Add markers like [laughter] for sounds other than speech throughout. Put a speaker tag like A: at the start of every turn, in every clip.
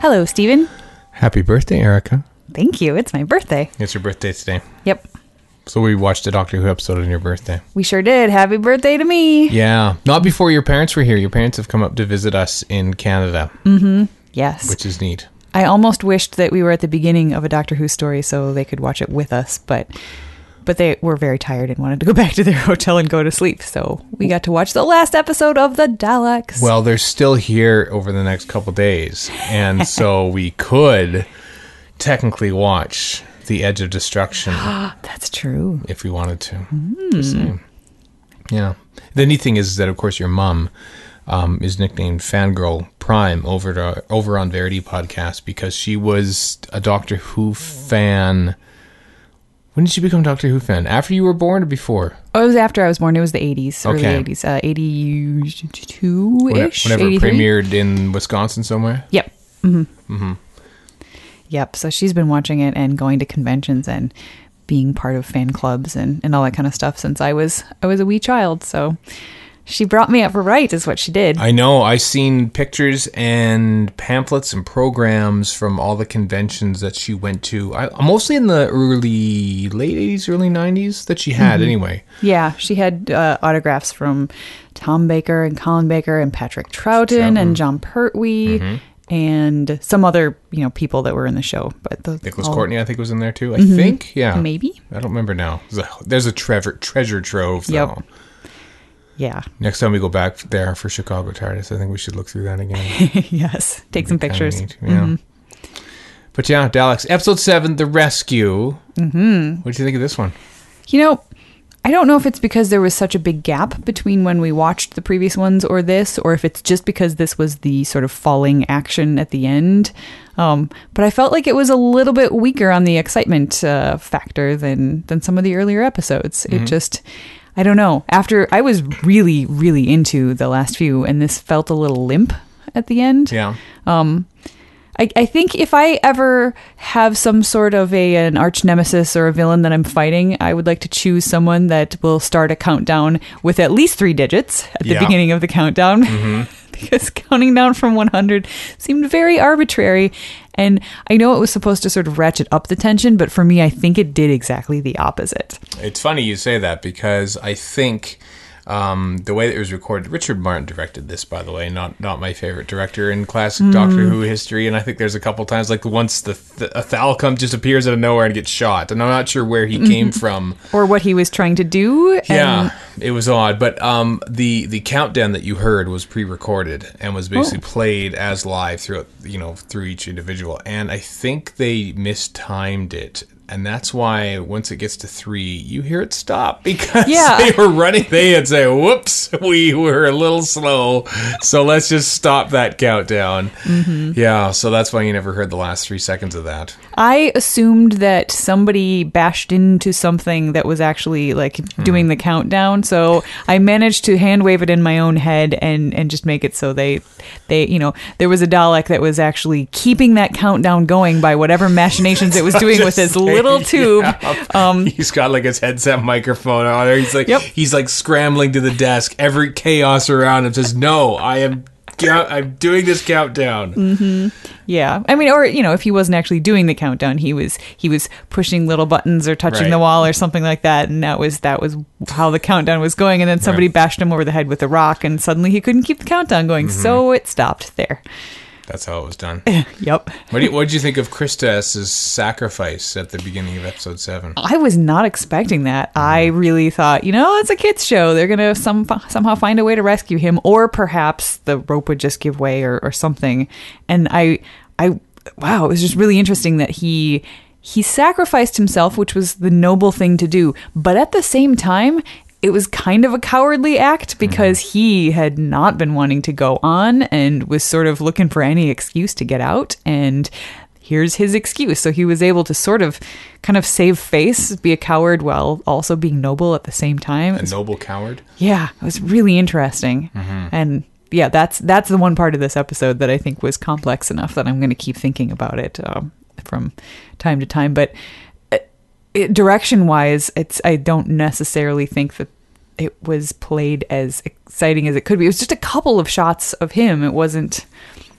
A: Hello, Stephen.
B: Happy birthday, Erica.
A: Thank you. It's my birthday.
B: It's your birthday today.
A: Yep.
B: So we watched a Doctor Who episode on your birthday.
A: We sure did. Happy birthday to me.
B: Yeah. Not before your parents were here. Your parents have come up to visit us in Canada,
A: Yes.
B: which is neat.
A: I almost wished that we were at the beginning of a Doctor Who story so they could watch it with us, but but they were very tired and wanted to go [laughs] back to their hotel and go to sleep. So we got to watch the last episode of the Daleks.
B: Well, they're still here over the next couple days. And so we could technically watch The Edge of Destruction
A: That's true.
B: if we wanted to. Just saying. Yeah. The neat thing is that, of course, your mom um, is nicknamed Fangirl Prime over to, over on Verity podcast because she was a Doctor Who fan. When did you become a Doctor Who fan? After you were born or before?
A: Oh, it was after I was born. It was the 80s, early
B: Okay.
A: 80s, uh, 82
B: When-
A: ish.
B: Whenever it premiered in Wisconsin somewhere?
A: Yep. hmm
B: Mm-hmm.
A: Yep. So she's been watching it and going to conventions and being part of fan clubs and, and all that kind of stuff since I was I was a wee child. So she brought me up right, is what she did.
B: I know. I seen pictures and pamphlets and programs from all the conventions that she went to. I, mostly in the early late eighties, early nineties that she
A: Mm-hmm.
B: had. Anyway,
A: yeah, she had uh, autographs from Tom Baker and Colin Baker and Patrick Troughton and John Pertwee.
B: Mm-hmm.
A: And some other, you know, people that were in the show, but the
B: Nicholas
A: all-
B: Courtney, I think, was in there too. I
A: Mm-hmm.
B: think, yeah,
A: Maybe. [laughs]
B: I don't remember now. There's a, there's a treasure treasure trove.
A: Yep.
B: Though.
A: yeah,
B: Next time we go back there for Chicago TARDIS, I think we should look through
A: [laughs]
B: that again.
A: yes. Take some
B: Kinda
A: pictures. Mm-hmm.
B: neat, Yeah. But yeah, Daleks, episode seven, the rescue. Mm-hmm. What do you think of this one?
A: You know, I don't know if it's because there was such a big gap between when we watched the previous ones or this, or if it's just because this was the sort of falling action at the end. Um, but I felt like it was a little bit weaker on the excitement uh, factor than than some of the earlier episodes. It just, I don't know. After I was really, really into the last few, and this felt a little limp at the end.
B: Yeah,
A: I, I think if I ever have some sort of a an arch nemesis or a villain that I'm fighting, I would like to choose someone that will start a countdown with at least three digits at the
B: Yeah. Mm-hmm.
A: beginning of the countdown. [laughs] because counting down from 100 seemed very arbitrary. And I know it was supposed to sort of ratchet up the tension, but for me, I think it did exactly the opposite.
B: It's funny you say that because I think um, the way that it was recorded, Richard Martin directed this, by the way, not not my favorite director in classic Doctor Who history. And I think there's a couple times, like once the th- a Thalcum just appears out of nowhere and gets shot, and I'm not sure where he came from.
A: Or what he was trying to do. And
B: Yeah, it was odd, but um, the the countdown that you heard was pre-recorded and was basically
A: Oh.
B: played as live throughout, you know, through each individual. And I think they mistimed it, and that's why once it gets to three, you hear it stop [laughs] because
A: Yeah.
B: they were running. They had said, "Whoops, we were a little slow, so let's just stop that countdown."
A: Mm-hmm.
B: Yeah, so that's why you never heard the last three seconds of that.
A: I assumed that somebody bashed into something that was actually like
B: Hmm.
A: doing the countdown, so I managed to hand wave it in my own head and and just make it so they they you know there was a Dalek that was actually keeping that countdown going by whatever machinations it
B: [laughs]
A: was doing with
B: Just
A: his little
B: saying,
A: tube.
B: [laughs]
A: um,
B: yeah. he's got like his headset microphone on there. He's like,
A: Yep.
B: he's like scrambling to the desk. Every chaos around him says, "No, I am, count- I'm doing this countdown."
A: Mm. Yeah, I mean, or you know, if he wasn't actually doing the countdown, he was he was pushing little buttons or touching
B: Right.
A: the wall or something like that, and that was that was how the countdown was going. And then somebody
B: Right.
A: bashed him over the head with a rock, and suddenly he couldn't keep the countdown going,
B: Mm-hmm.
A: so it stopped
B: [laughs]
A: there.
B: That's how it was done.
A: Yep,
B: What do you, what did you think of Christas's sacrifice at the beginning of episode seven?
A: I was not expecting that. I really thought, you know, it's a kids show; they're gonna some somehow find a way to rescue him, or perhaps the rope would just give way or or something. And I, I, wow, it was just really interesting that he. He sacrificed himself, which was the noble thing to do. But at the same time, it was kind of a cowardly act because he had not been wanting to go on and was sort of looking for any excuse to get out. And here's his excuse. So he was able to sort of kind of save face, be a coward while also being noble at the same time.
B: A noble coward.
A: Yeah, it was really interesting. And yeah, that's that's the one part of this episode that I think was complex enough that I'm going to keep thinking about it um, from time to time. But uh, it, direction-wise, it's I don't necessarily think that it was played as exciting as it could be. It was just a couple of shots of him. It wasn't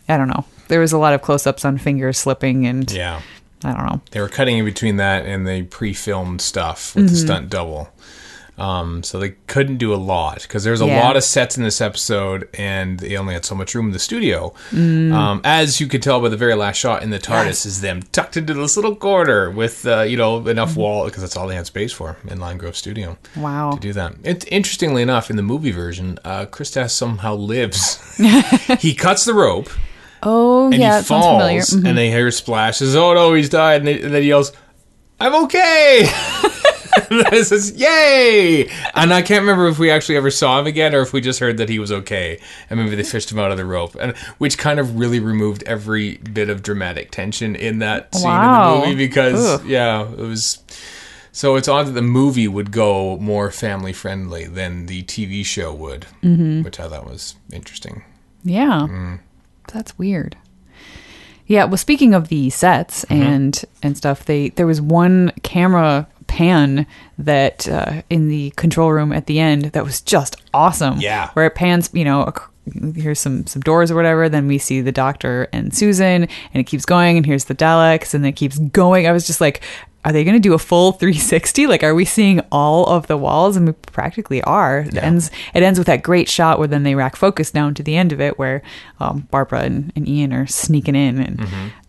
A: I don't know. There was a lot of close-ups on fingers slipping, and
B: Yeah.
A: I don't know.
B: They were cutting in between that and the pre-filmed stuff with the stunt double. Um, so they couldn't do a lot because there's a
A: Yeah.
B: lot of sets in this episode, and they only had so much room in the studio. Um, as you could tell by the very last shot in the TARDIS, is them tucked into this little corner with uh, you know enough wall because that's all they had space for in Lime Grove Studio
A: Wow.
B: to do that. It's interestingly enough in the movie version, uh, Christas somehow lives. he cuts the rope
A: Oh
B: and
A: yeah,
B: he
A: that sounds familiar. Mm, Mm-hmm.
B: falls, and they hear splashes. Oh no, he's died! And, they, and then he yells, "I'm okay." [laughs] and then it says, "Yay!" And I can't remember if we actually ever saw him again, or if we just heard that he was okay, and maybe they fished him out of the rope, and which kind of really removed every bit of dramatic tension in that scene
A: Wow.
B: in the movie because
A: Ugh.
B: yeah, it was. So it's odd that the movie would go more family friendly than the TV show would,
A: Mm-hmm.
B: which I thought was interesting.
A: Yeah.
B: Mm.
A: That's weird. Yeah, well speaking of the sets
B: Mm-hmm.
A: and and stuff, they there was one camera pan that uh, in the control room at the end that was just awesome.
B: Yeah.
A: Where it pans, you know, ac- here's some some doors or whatever, then we see the doctor and Susan and it keeps going and here's the Daleks and it keeps going. I was just like are they going to do a full 360? Like, are we seeing all of the walls? And we practically are. It ends. It ends with that great shot where then they rack focus down to the end of it, where um, Barbara and, and Ian are sneaking in, and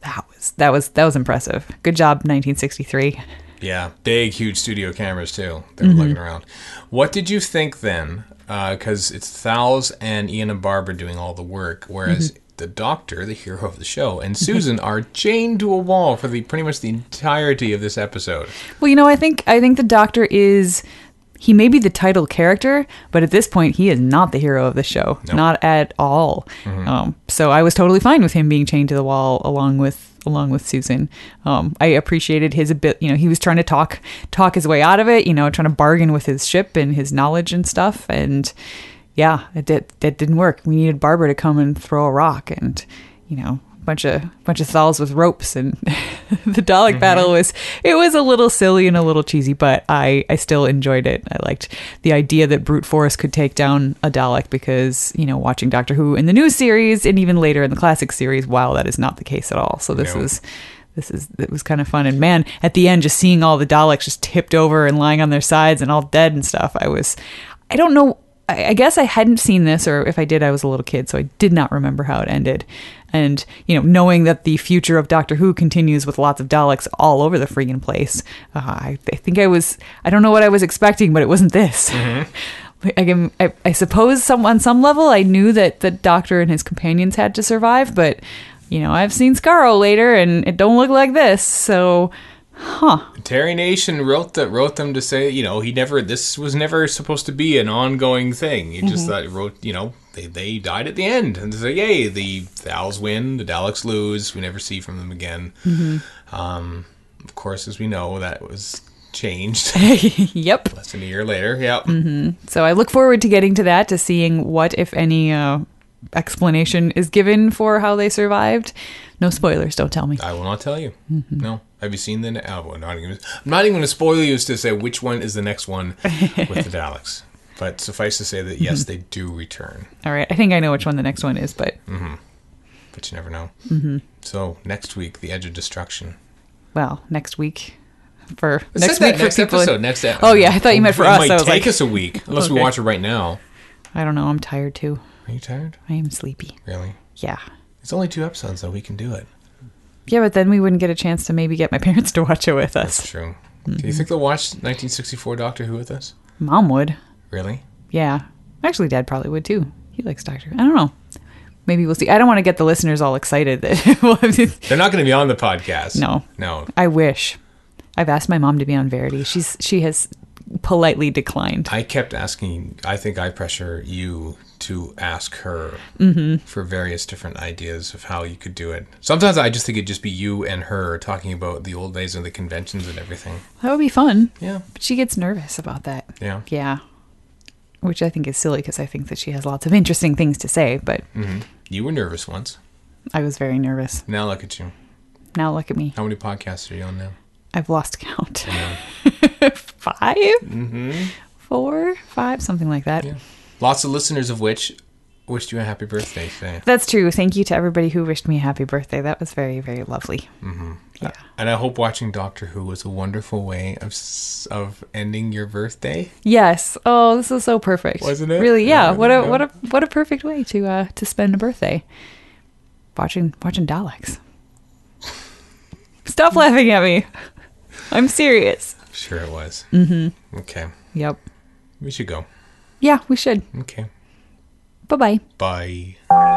A: that was that was that was impressive. Good job, 1963.
B: Yeah, big, huge studio cameras too. They were lugging around. What did you think then? Because it's Thals and Ian and Barbara doing all the work, whereas the Doctor, the hero of the show, and Susan are chained to a wall for the pretty much the entirety of this episode.
A: Well, you know, I think I think the Doctor is he may be the title character, but at this point, he is not the hero of the show, not at all. Um, so I was totally fine with him being chained to the wall along with along with Susan. Um, I appreciated his bit. You know, he was trying to talk talk his way out of it. You know, trying to bargain with his ship and his knowledge and stuff. And yeah, it did, that didn't work. We needed Barbara to come and throw a rock and you know bunch of bunch of thals with ropes and [laughs] the dalek battle was it was a little silly and a little cheesy but i i still enjoyed it i liked the idea that brute force could take down a dalek because you know watching doctor who in the new series and even later in the classic series wow that is not the case at all so this
B: No.
A: is this is it was kind of fun and man at the end just seeing all the daleks just tipped over and lying on their sides and all dead and stuff i was i don't know i, I guess i hadn't seen this or if i did i was a little kid so i did not remember how it ended and you know knowing that the future of doctor who continues with lots of daleks all over the freaking place uh, I, I think i was i don't know what i was expecting but it wasn't this [laughs] I, can- I, I suppose some on some level I knew that the doctor and his companions had to survive, but you know I've seen Scarrow later and it don't look like this. So, [laughs] huh?
B: Terry Nation wrote that wrote them to say, you know, he never this was never supposed to be an ongoing thing. He just thought wrote, you know, they, they died at the end and say, yay, the Thals win, the Daleks lose, we never see from them again. Um, of course, as we know, that was changed
A: yep.
B: less than a year later. Yeah,
A: So I look forward to getting to that to seeing what, if any, uh, explanation is given for how they survived. No spoilers, don't tell me.
B: I will not tell you. No. Have you seen the? Ne- oh, well, not even, I'm not even going to spoil you as to say which one is the next one with the Daleks. But suffice to say that yes, they do return.
A: All right, I think I know which one the next one is, but
B: Mm. but you never know. Mm-hmm. So next week, the edge of destruction.
A: well, next week for
B: It
A: next
B: said that
A: week
B: next
A: for people.
B: episode. Next episode.
A: Oh, yeah, I thought you meant for
B: it
A: us,
B: Might
A: I was
B: take
A: like-
B: us a week unless we
A: Okay.
B: watch it right now.
A: I don't know. I'm tired too.
B: Are you tired?
A: I am sleepy.
B: Really?
A: Yeah.
B: It's only two episodes, though. We can do it.
A: Yeah, but then we wouldn't get a chance to maybe get my [laughs] parents to watch it with us.
B: That's true. Do
A: Mm-hmm.
B: you think they'll watch 1964 Doctor Who with us?
A: Mom would.
B: Really?
A: Yeah. Actually, Dad probably would too. He likes Doctor. I don't know. Maybe we'll see. I don't want to get the listeners all excited that [laughs] we'll have to-
B: They're not going to be on the podcast.
A: No.
B: No.
A: I wish. I've asked my mom to be on Verity. She's she has politely declined.
B: I kept asking. I think I pressure you to ask her
A: Mm-hmm.
B: for various different ideas of how you could do it. Sometimes I just think it'd just be you and her talking about the old days and the conventions and everything.
A: That would be fun,
B: Yeah.
A: but she gets nervous about that.
B: Yeah.
A: Yeah. Which I think is silly because I think that she has lots of interesting things to say, but
B: You were nervous once.
A: I was very nervous.
B: Now look at you.
A: Now look at me.
B: How many podcasts are you on now?
A: I've lost count. [laughs] five, four, five, something like that.
B: Lots of listeners of which wished you a happy birthday today.
A: That's true. Thank you to everybody who wished me a happy birthday. That was very, very lovely.
B: Uh, And I hope watching Doctor Who was a wonderful way of s- of ending your birthday.
A: [laughs] Yes. Oh, this is so perfect.
B: Wasn't it?
A: Really? Yeah.
B: Yeah,
A: what a
B: yeah.
A: what a what a perfect way to uh to spend a birthday. Watching watching Daleks. Stop laughing at me. I'm serious.
B: Sure, it was. Mm-hmm. Okay,
A: Yep.
B: we should go.
A: Yeah, we should.
B: Okay,
A: Bye bye.
B: bye.